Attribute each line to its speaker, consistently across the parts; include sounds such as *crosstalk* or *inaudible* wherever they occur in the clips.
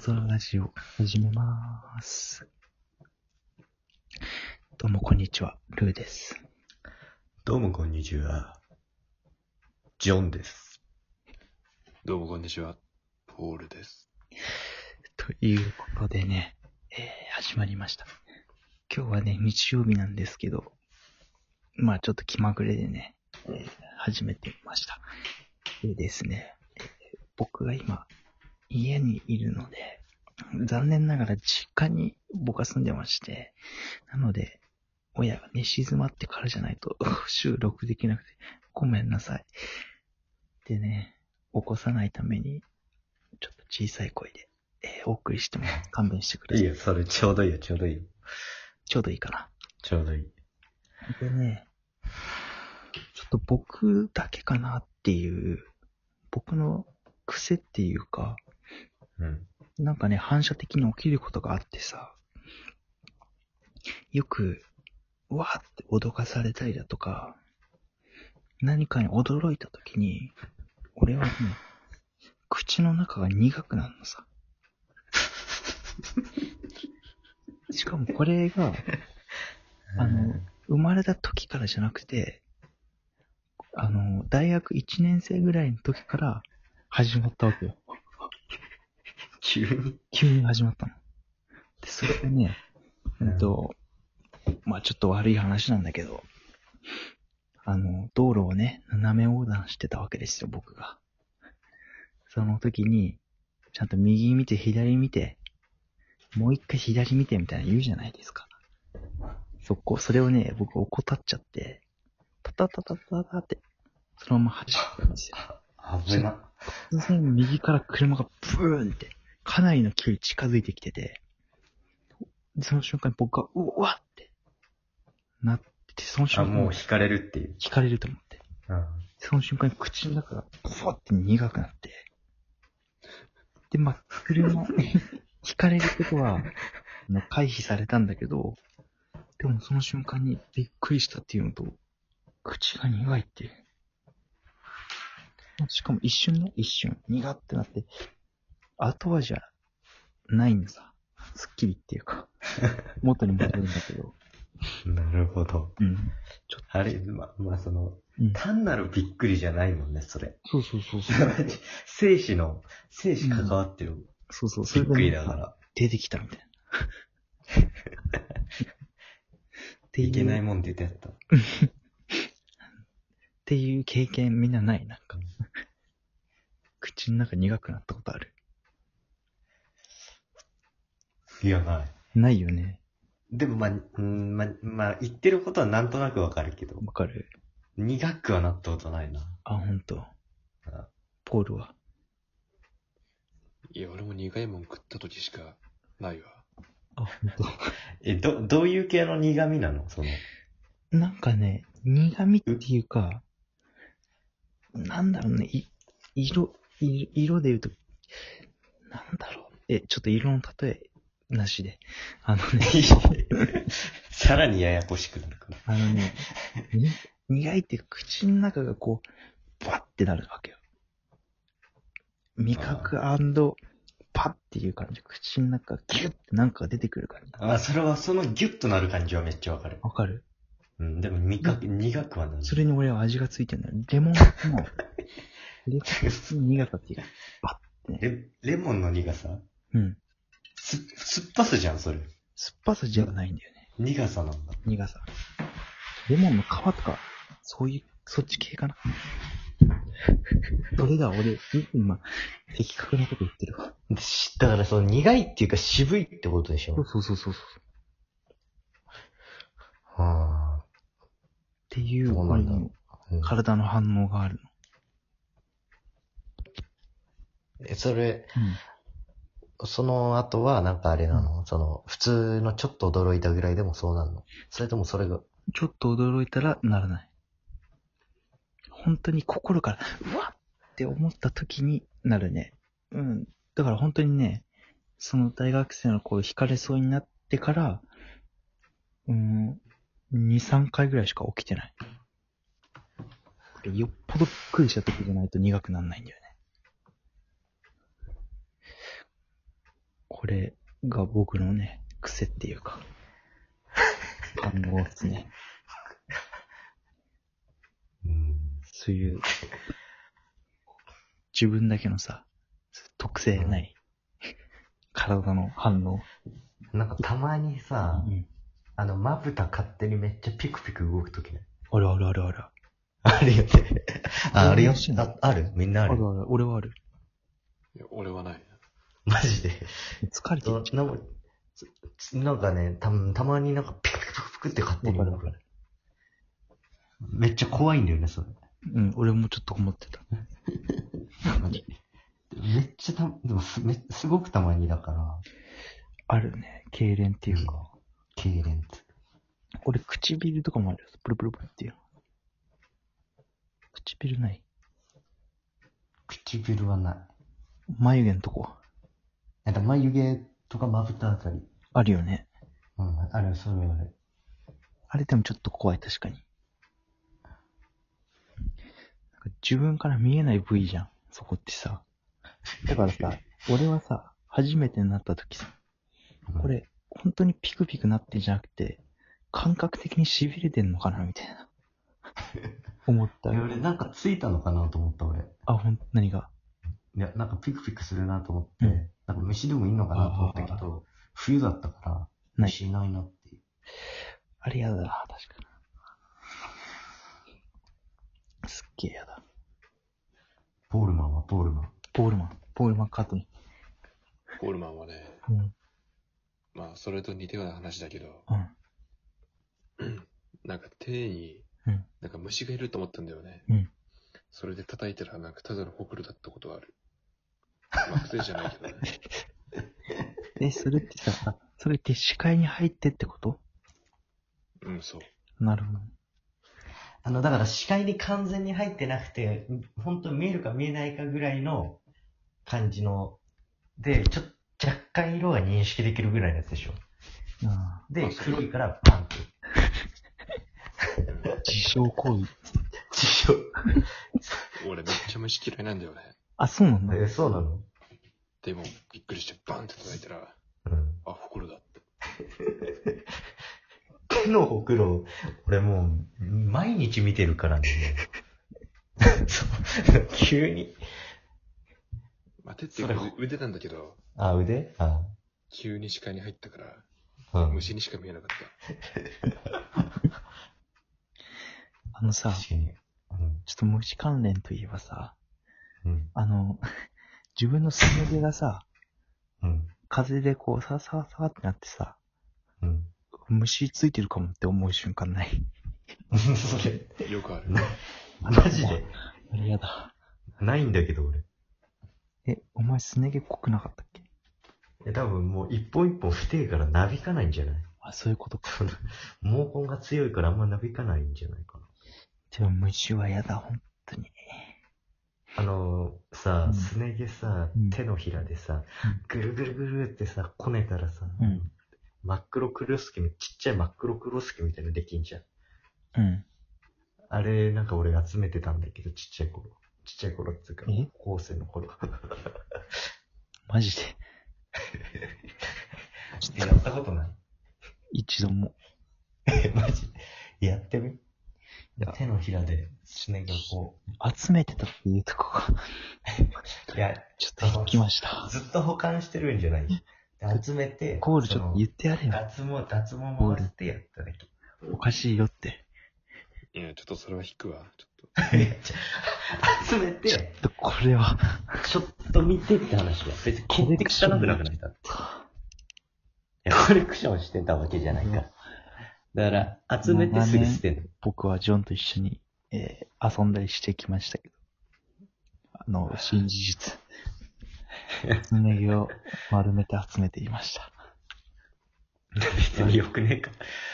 Speaker 1: 空ラジオ始めまーす。どうもこんにちは、ルーです。
Speaker 2: どうもこんにちは。ジョンです。
Speaker 3: どうもこんにちは。ポールです。
Speaker 1: ということでね、えー始まりました。今日はね、日曜日なんですけど、まあちょっと気まぐれでね、えー始めてみました。でですね、えー僕が今、家にいるので、残念ながら実家に僕は住んでまして、なので、親が寝静まってからじゃないと *laughs* 収録できなくて、ごめんなさい。でね、起こさないために、ちょっと小さい声で、えーお送りしても勘弁してくだ
Speaker 2: い
Speaker 1: さ
Speaker 2: い
Speaker 1: い。
Speaker 2: よ、それちょうどいいよ、ちょうどいいよ。
Speaker 1: ちょうどいいかな。
Speaker 2: ちょうどいい。
Speaker 1: でね、ちょっと僕だけかなっていう、僕の癖っていうか、
Speaker 2: うん。
Speaker 1: なんかね、反射的に起きることがあってさ、よく、わーって脅かされたりだとか、何かに驚いた時に、俺はね、口の中が苦くなるの *laughs* さ。しかもこれが、あの生まれた時からじゃなくて、あの、大学1年生ぐらいの時から始まったわけよ。
Speaker 2: 急に。
Speaker 1: 急に始まったの。で、それでね、う
Speaker 2: うん
Speaker 1: んと、まあちょっと悪い話なんだけど、あの、道路をね、斜め横断してたわけですよ、僕が。その時に、ちゃんと右見て、左見て、もう一回左見てみたいなの言うじゃないですか。そこ、それをね、僕怠っちゃって、タタタタタタって、そのまま走ったんですよ。
Speaker 2: 危な。
Speaker 1: 突然右から車がブーンって、かなりの距離近づいてきてて、その瞬間に僕が、うわって、なって、その
Speaker 2: あ、
Speaker 1: 瞬間
Speaker 2: もう
Speaker 1: に
Speaker 2: 惹かれるっていう。
Speaker 1: 引かれると思って、
Speaker 2: うん。
Speaker 1: その瞬間に口の中が、ふわって苦くなって、で、まあ、車、 *laughs* 引かれることは、あの回避されたんだけど、でもその瞬間にびっくりしたっていうのと、口が苦いっていう。しかも一瞬ね、一瞬、苦ってなって、後はじゃないんさ。すっきりっていう
Speaker 2: *laughs*
Speaker 1: か、元に戻るんだけど。
Speaker 2: なるほど。
Speaker 1: うん。
Speaker 2: あれ、ま、まあ、その、
Speaker 1: うん、
Speaker 2: 単なるびっくりじゃないもんね、それ。 *laughs*
Speaker 1: そうそうそうそう。
Speaker 2: 生死の、生死関わってる。
Speaker 1: そうそう、そ
Speaker 2: び
Speaker 1: れ
Speaker 2: っ
Speaker 1: でね
Speaker 2: くりだから。
Speaker 1: 出てきたみたいな。って
Speaker 2: いけない
Speaker 1: っ
Speaker 2: もん出てやった。
Speaker 1: ていう経験みんなないなんか。口の中苦くなったことある。
Speaker 2: いや、ない。
Speaker 1: ないよね。
Speaker 2: でも、まあ、うん、まあ、まあ、言ってることはなんとなくわかるけど、
Speaker 1: わかる
Speaker 2: 苦くはなったことないな。
Speaker 1: あ、ほんと。
Speaker 2: うん
Speaker 1: ポールは。
Speaker 3: いや、俺も苦いもん食った時しかないわ。
Speaker 1: あ、ほんと。
Speaker 2: え、ど、どういう系の苦味なの *laughs* その、
Speaker 1: なんかね、苦味っていうか、なんだろうね、い色、い色で言うと、なんだろう。え、ちょっと色の例えなしで。あのね、
Speaker 2: さらにややこしくなるから。
Speaker 1: あの *laughs* ね、に苦いっていうか口の中がこう、パッってなるわけよ。味覚パッっていう感じ。口の中がギュッてなんかが出てくる感じ。
Speaker 2: あ、それはそのギュッとなる感じはめっちゃわかる。
Speaker 1: わかる
Speaker 2: うん、でも味覚、苦くはなる。
Speaker 1: それに俺は味がついてるんだよ。レモン *laughs* の、レモンの苦さっていうか。
Speaker 2: レ、レモンの苦さ
Speaker 1: うん。
Speaker 2: す、酸っぱさじゃん、それ。
Speaker 1: 酸っぱさじゃないんだよね。
Speaker 2: 苦さなんだ。
Speaker 1: 苦さ。レモンの皮とか、そういう、そっち系か *laughs* な。それだ、俺、今、的確なこと言ってるわ。
Speaker 2: だからその苦いっていうか渋いってことでし
Speaker 1: そうそうそうそうそう。
Speaker 2: は
Speaker 1: っていう、
Speaker 2: そうなんだ
Speaker 1: 俺の
Speaker 2: あ、うん
Speaker 1: 体の反応がある
Speaker 2: えそれ、
Speaker 1: の。
Speaker 2: その後はなんかあれなの、その、普通のちょっと驚いたぐらいでもそうなるのそれともそれが、
Speaker 1: ちょっと驚いたらならない。本当に心から、うわっって思った時になるね。うん。だから本当にね、その大学生の頃惹かれそうになってから、うん、2、3回ぐらいしか起きてない。よっぽどびっくりした時じゃないと苦くならないんだよね。これが僕のね、癖っていうか、単語ですね。
Speaker 2: うん。
Speaker 1: そういう、自分だけのさ、特性ない、体の反応。
Speaker 2: なんかたまにさ、
Speaker 1: うん。
Speaker 2: あの、まぶた勝手にめっちゃピクピク動くときね。
Speaker 1: あるあるあるある。
Speaker 2: あるよね。 *laughs* あ、ある
Speaker 1: 俺
Speaker 2: よ
Speaker 1: もしてん。の
Speaker 2: ああるみんなあ
Speaker 1: あるあ
Speaker 2: る。
Speaker 1: る、俺はある。
Speaker 3: いや俺はない。
Speaker 2: マジで。
Speaker 1: 疲れて
Speaker 2: そ
Speaker 1: る
Speaker 2: う。なんかつなんかね、たたまになんかピクピクピクピクって勝手に動
Speaker 1: わか
Speaker 2: く
Speaker 1: る。
Speaker 2: めっちゃ怖いんだよね、それ。
Speaker 1: うん、俺もちょっと思ってた。
Speaker 2: めっちゃた、でもすめすごくたまにだから。
Speaker 1: あるね、痙攣っていうか。
Speaker 2: 痙攣って。
Speaker 1: 俺、唇とかもあるよ。プルプルプルっていう。唇ない。
Speaker 2: 唇はない。
Speaker 1: 眉毛のとこは
Speaker 2: なんか眉毛とかまぶたあたり。
Speaker 1: あるよね。
Speaker 2: うん、あれ、それはあれ。
Speaker 1: あれでもちょっと怖い、確かに。なんか自分から見えない部位じゃん、そこってさ。だからさ、俺はさ、初めてになった時さ、これ、本当にピクピクなってんじゃなくて、感覚的に痺れてんのかな、みたいな。思っ
Speaker 2: う
Speaker 1: た
Speaker 2: ん。い。や俺なんかついたのかなと思った、俺。
Speaker 1: あ、ほん、何が
Speaker 2: いや、なんかピクピクするなと思って、
Speaker 1: うん
Speaker 2: なんか虫でもいいのかなと思ったけど、冬だったから、
Speaker 1: ない。
Speaker 2: 虫いないなっていう。
Speaker 1: あれやだな、確かに。すっげえやだ。
Speaker 2: ポールマンはポールマン。
Speaker 1: ボールマン、ボールマンカートに。
Speaker 3: ホールマンはね、
Speaker 1: うん。
Speaker 3: まあ、それと似たような話だけど、
Speaker 1: うん。
Speaker 3: なんか手に
Speaker 1: うん、
Speaker 3: なんか虫がいると思ったんだよね。
Speaker 1: うん
Speaker 3: それで叩いたら、なんかただのホクロだったことはある。まあ、癖じゃないけど
Speaker 1: *laughs*
Speaker 3: ね。
Speaker 1: え、それってさ、それって視界に入ってってこと
Speaker 3: うん、そう。
Speaker 1: なるほど。
Speaker 2: あの、だから視界に完全に入ってなくて、本当に見えるか見えないかぐらいの感じの、で、ちょっと若干色が認識できるぐらいのやつでしょ。
Speaker 1: あ
Speaker 2: で
Speaker 3: あ、そう
Speaker 2: 黒いからパンって。
Speaker 1: あ、自傷行為。
Speaker 2: 地上。
Speaker 3: 俺めっちゃ虫嫌いなんだよね。
Speaker 1: あ、そうなんだ。
Speaker 2: え、そうなの
Speaker 3: でも、びっくりしてバンって叩いたら、
Speaker 2: うん。
Speaker 3: あ、ホクロだって。
Speaker 2: 手のほくろ、俺もう、毎日見てる *laughs* からね。そう *laughs* 急に。
Speaker 3: まあ、手っていう
Speaker 2: そ
Speaker 3: か
Speaker 2: れ
Speaker 3: 腕なんだけど、
Speaker 2: あ、腕あ
Speaker 3: 急に視界に入ったから、
Speaker 2: うん。
Speaker 3: 虫にしか見えなかっ
Speaker 1: あのさ、
Speaker 2: 確かに。
Speaker 1: ちょっと虫関連といえばさ、
Speaker 2: うん。うん。
Speaker 1: あの、自分のすね毛がさ、
Speaker 2: うん。
Speaker 1: 風でこう、サワサワサワってなってさ、
Speaker 2: うん。
Speaker 1: 虫ついてるかもって思う瞬間ない。 *laughs*
Speaker 2: *laughs* それ、
Speaker 3: た。よくある。
Speaker 2: マジで
Speaker 1: あれやだ。
Speaker 2: ないんだけど俺。
Speaker 1: え、お前すね毛濃くなかったっけ
Speaker 2: え多分もう一本一本不定からなびかないんじゃない *laughs*
Speaker 1: あ、そういうことか。
Speaker 2: その毛根が強いからあんまなびかないんじゃないかな。
Speaker 1: でも虫はやだ、ほんとに。
Speaker 2: あのーさ、
Speaker 1: うん
Speaker 2: すね毛さ
Speaker 1: うん、
Speaker 2: 手のひらでさ、ぐるぐるぐるってさ、こねたらさ、
Speaker 1: うん
Speaker 2: 真っ黒クロスケみ、ちっちゃい真っ黒クロスケみたいなのできんじゃん。
Speaker 1: うん。
Speaker 2: あれ、なんか俺集めてたんだけど、ちっちゃい頃。ちっちゃい頃っていうか
Speaker 1: え、
Speaker 2: 高校生の頃。
Speaker 1: マ *laughs* ジで。
Speaker 2: えやったことない
Speaker 1: 一度も。
Speaker 2: え、 *laughs* マジやってみ
Speaker 1: や
Speaker 2: 手のひらで、すね毛をこ
Speaker 1: 集めてたっていうとこが、
Speaker 2: う。いや、
Speaker 1: ちょっと引きました。
Speaker 2: ずっと保管してるんじゃない集めて、
Speaker 1: ゴールちょっと言ってやれ
Speaker 2: その
Speaker 1: よ。
Speaker 2: 脱毛、脱毛も合わせてやっただけ。
Speaker 1: おかしいよって。
Speaker 3: いや、ちょっとそれは引くわ。ちょっと。
Speaker 2: いやちょ集めて、
Speaker 1: これは、
Speaker 2: ちょっと見てって話は。別にコレクションなくなった。いや、コレクションしてたわけじゃないから。だから、集めてすぐ捨てんの。
Speaker 1: 僕はジョンと一緒に、えー遊んだりしてきましたけど。あの、新事実。つねぎを丸めて集めていました。
Speaker 2: 別によくねえか。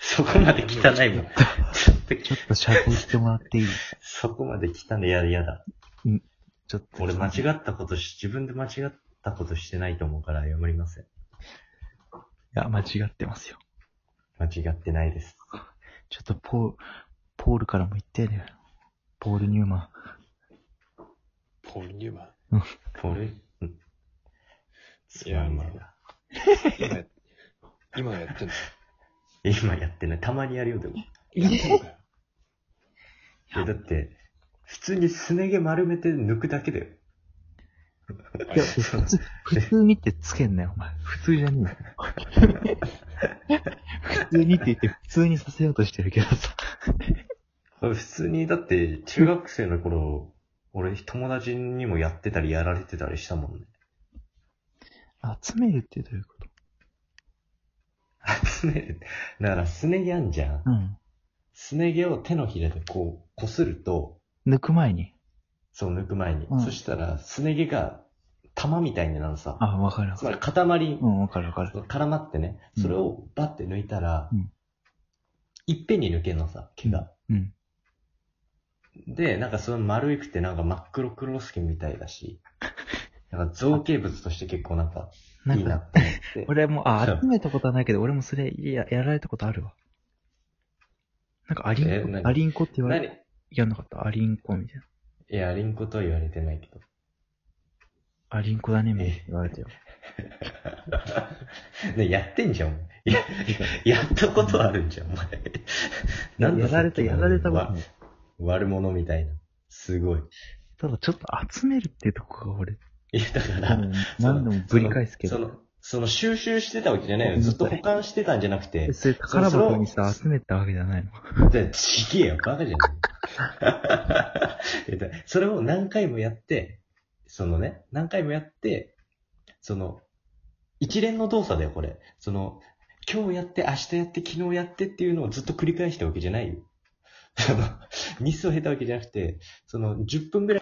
Speaker 2: そこまで汚い
Speaker 1: *laughs*
Speaker 2: もん。ちょっと、
Speaker 1: ちょっと謝罪してもらっていい
Speaker 2: そこまで汚い。やだ、やだ。
Speaker 1: ちょっと。
Speaker 2: 俺間違ったことし、自分で間違ったことしてないと思うから謝りません。
Speaker 1: いや、間違ってますよ。
Speaker 2: 間違ってないです。
Speaker 1: ちょっとポール、ポールからも言ってやれよ。ポール・ニューマ
Speaker 3: ポールニューマン。
Speaker 2: ポールんつまんねえな。
Speaker 3: 今や、今
Speaker 1: *laughs*
Speaker 3: やってんの
Speaker 2: え今やってない。たまにやるよ、でも。い
Speaker 3: やってんのかよ。
Speaker 2: や、だって、普通にすね毛丸めて抜くだけだよ。
Speaker 3: あ
Speaker 1: いや
Speaker 3: れ
Speaker 2: そう
Speaker 1: 普通にってつけんなよ、お前。普通じゃねえよ。普通にって言って、普通にさせようとしてるけどさ。
Speaker 2: *laughs* 普通に、だって、中学生の頃、俺、友達にもやってたり、やられてたりしたもんね。
Speaker 1: 集めるってどういうこと
Speaker 2: 集める。だから、すね毛あんじゃん。
Speaker 1: うん。
Speaker 2: すね毛を手のひらでこう、こすると、
Speaker 1: 抜く前に。
Speaker 2: そう、抜く前に。
Speaker 1: うん
Speaker 2: そしたら、すね毛が、玉みたいになるさ。
Speaker 1: あ、わかるわ
Speaker 2: つ
Speaker 1: か
Speaker 2: ま
Speaker 1: る。
Speaker 2: り、塊
Speaker 1: う、ん、わかるわかる。
Speaker 2: 絡まってね、
Speaker 1: うん
Speaker 2: それをバッて抜いたら、
Speaker 1: うん
Speaker 2: いっぺんに抜けんのさ、毛が。
Speaker 1: うん。
Speaker 2: で、なんかその丸いくて、なんか真っ黒クロスキンみたい
Speaker 1: *laughs*
Speaker 2: だし、なんか造形物として結構なんか、
Speaker 1: ない
Speaker 2: い
Speaker 1: ん
Speaker 2: な
Speaker 1: か、
Speaker 2: って思って。
Speaker 1: 俺も、あ
Speaker 2: そ、う
Speaker 1: 集めたことはないけど、俺もそれ、いや、やられたことあるわ。なんか、アリ
Speaker 2: え
Speaker 1: ン
Speaker 2: 何
Speaker 1: コ、アリンコって言われ
Speaker 2: 何
Speaker 1: る。
Speaker 2: い
Speaker 1: やんなかった。アリンコみたいな。
Speaker 2: や、リンコとは言われてないけど。 *laughs*
Speaker 1: アリンコだね、みたいな言われたよ。
Speaker 2: ね、やってんじゃん。
Speaker 1: *laughs*
Speaker 2: お前ややったことあるんじゃん、お前。なん
Speaker 1: や
Speaker 2: だ
Speaker 1: られた、やられたこと
Speaker 2: わ
Speaker 1: ない。
Speaker 2: 悪者みたいな。すごい。
Speaker 1: ただ、ちょっと集めるってとこが俺、
Speaker 2: いや、だか
Speaker 1: 多
Speaker 2: ら、
Speaker 1: 分何度もぶり返すけ
Speaker 2: そ
Speaker 1: ど。
Speaker 2: の、その収集してたわけじゃないよ。ずっと保管してたんじゃなくて
Speaker 1: え、それ宝箱にさ、集めたわけじゃないの。
Speaker 2: でちげえよ、バカじゃない。いや *laughs* だそれを何回もやって、そのね、何回もやって、その、一連の動作だよ、これ。その、今日やって、明日やって、昨日やってっていうのをずっと繰り返したわけじゃないよ。その日数を経たわけじゃなくて、その、10分ぐらい